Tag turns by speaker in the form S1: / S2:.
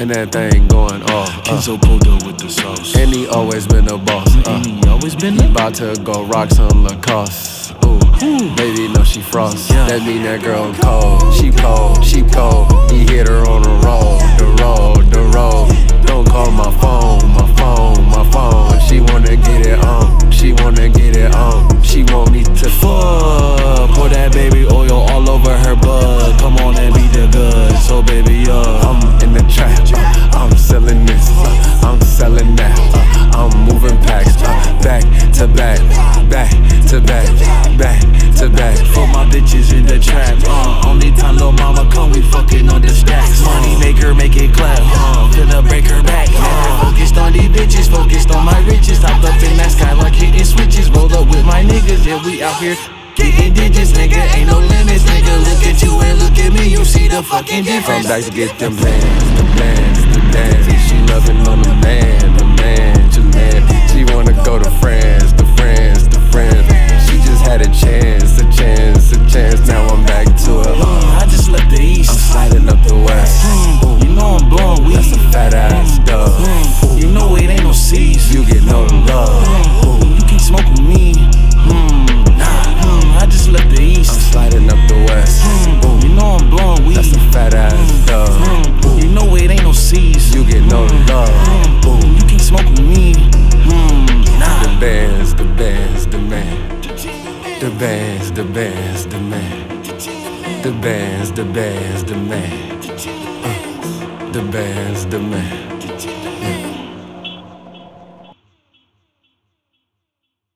S1: and that thing going off. Uh.
S2: Kenzo Podo with the sauce.
S1: And he always been a boss. Uh.
S2: And he always been a
S1: About to go rock some Lacoste. Ooh, baby, know she frost.
S2: Yeah.
S1: That mean that girl cold. She cold, she cold. He hit her on the road, the road, the road. Don't call my phone, my phone, my phone. She wanna get it on, she wanna get it on. She want me to
S2: fuck. Pour that baby oil all over her butt. Come on and be the good. So baby uh, up.
S1: Uh, I'm in the trap. uh, I'm selling this. uh, I'm selling that. uh, I'm moving packs. uh, Back to back, back to back, back to back.
S2: Put my bitches in the trap. Uh, only time lil mama come, we fucking on the stacks. uh. Money make her make it clap. Uh, finna break her back. Uh, focused on these bitches, focused on my riches. Hopped up in that sky like hitting switches. Roll up with my niggas, yeah we out here. Getting digits, nigga, ain't no limits, nigga. Look at you and look at me, you see the
S1: Come
S2: fucking difference.
S1: back to get them bands, the bands, the bands. She loving on the man, the man, to man. She wanna go to France, the friends, the friends. She just had a chance, a chance, a chance. Now I'm back to it.
S2: Uh, I just left the
S1: I'm
S2: east.
S1: sliding up the west.
S2: Mm, you know I'm blowing weed.
S1: That's a fat ass dub.
S2: Mm, you know it ain't no C's.
S1: You get no love.
S2: Mm, you can't smoke with me. Mm, nah, mm, I just left the east.
S1: I'm sliding up the west.
S2: Mm, You know I'm blowing weed.
S1: That's a fat ass dub.
S2: Mm, You know it ain't no C's.
S1: You get no love.
S2: Mm, You can't smoke with me. Mm,
S1: The
S2: Nah.
S1: bands, the bands, the man. The bands, the bands, the man. The Uh, bands, the bands, the man. The bands, the man.